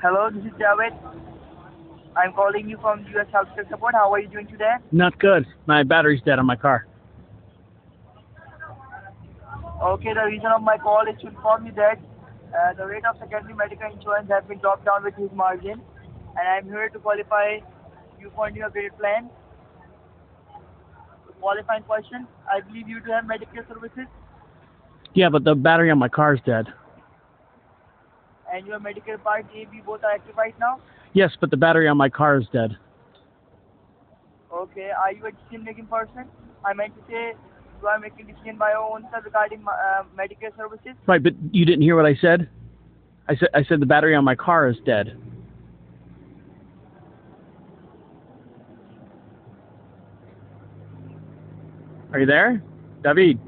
Hello, this is Javed. I'm calling you from US Healthcare Support. How are you doing today? Not good. My battery's dead on my car. Okay, the reason of my call is to inform you that uh, the rate of secondary medical insurance has been dropped down with huge margin, and I'm here to qualify you for new updated plan. Qualifying question: I believe you do have medical services, Yeah, but the battery on my car's dead. and your medical part A, B both are active right now. Yes, but the battery on my car is dead. Okay, are you a decision-making person? I meant to say, do I make a decision by your own self regarding my, uh, medical services? Right, but you didn't hear what I said. I said I said the battery on my car is dead. Are you there, David?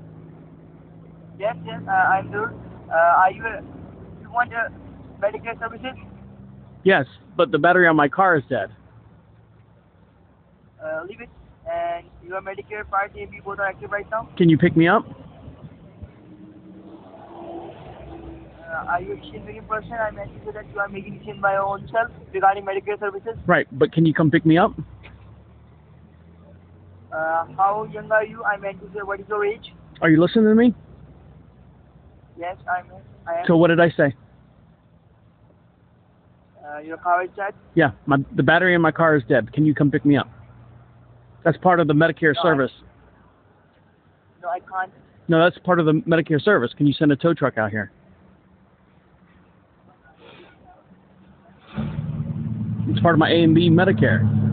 Yes, yes, uh, I'm there. Uh, are you, a, you want uh, medical services? Yes, but the battery on my car is dead. Uh, leave it. And your Medicare Part A, B both are active right now. Can you pick me up? Uh, are you a decision-making person? I meant to say that you are making decision by your own self regarding medical services. Right, but can you come pick me up? Uh, how young are you? I meant to say, what is your age? Are you listening to me? Yes, I'm. I am. So what did I say? uh, your car is charged. Yeah, my the battery in my car is dead. Can you come pick me up? That's part of the Medicare No, I- service. No, I can't. No, that's part of the Medicare service. Can you send a tow truck out here? It's part of my A and B Medicare.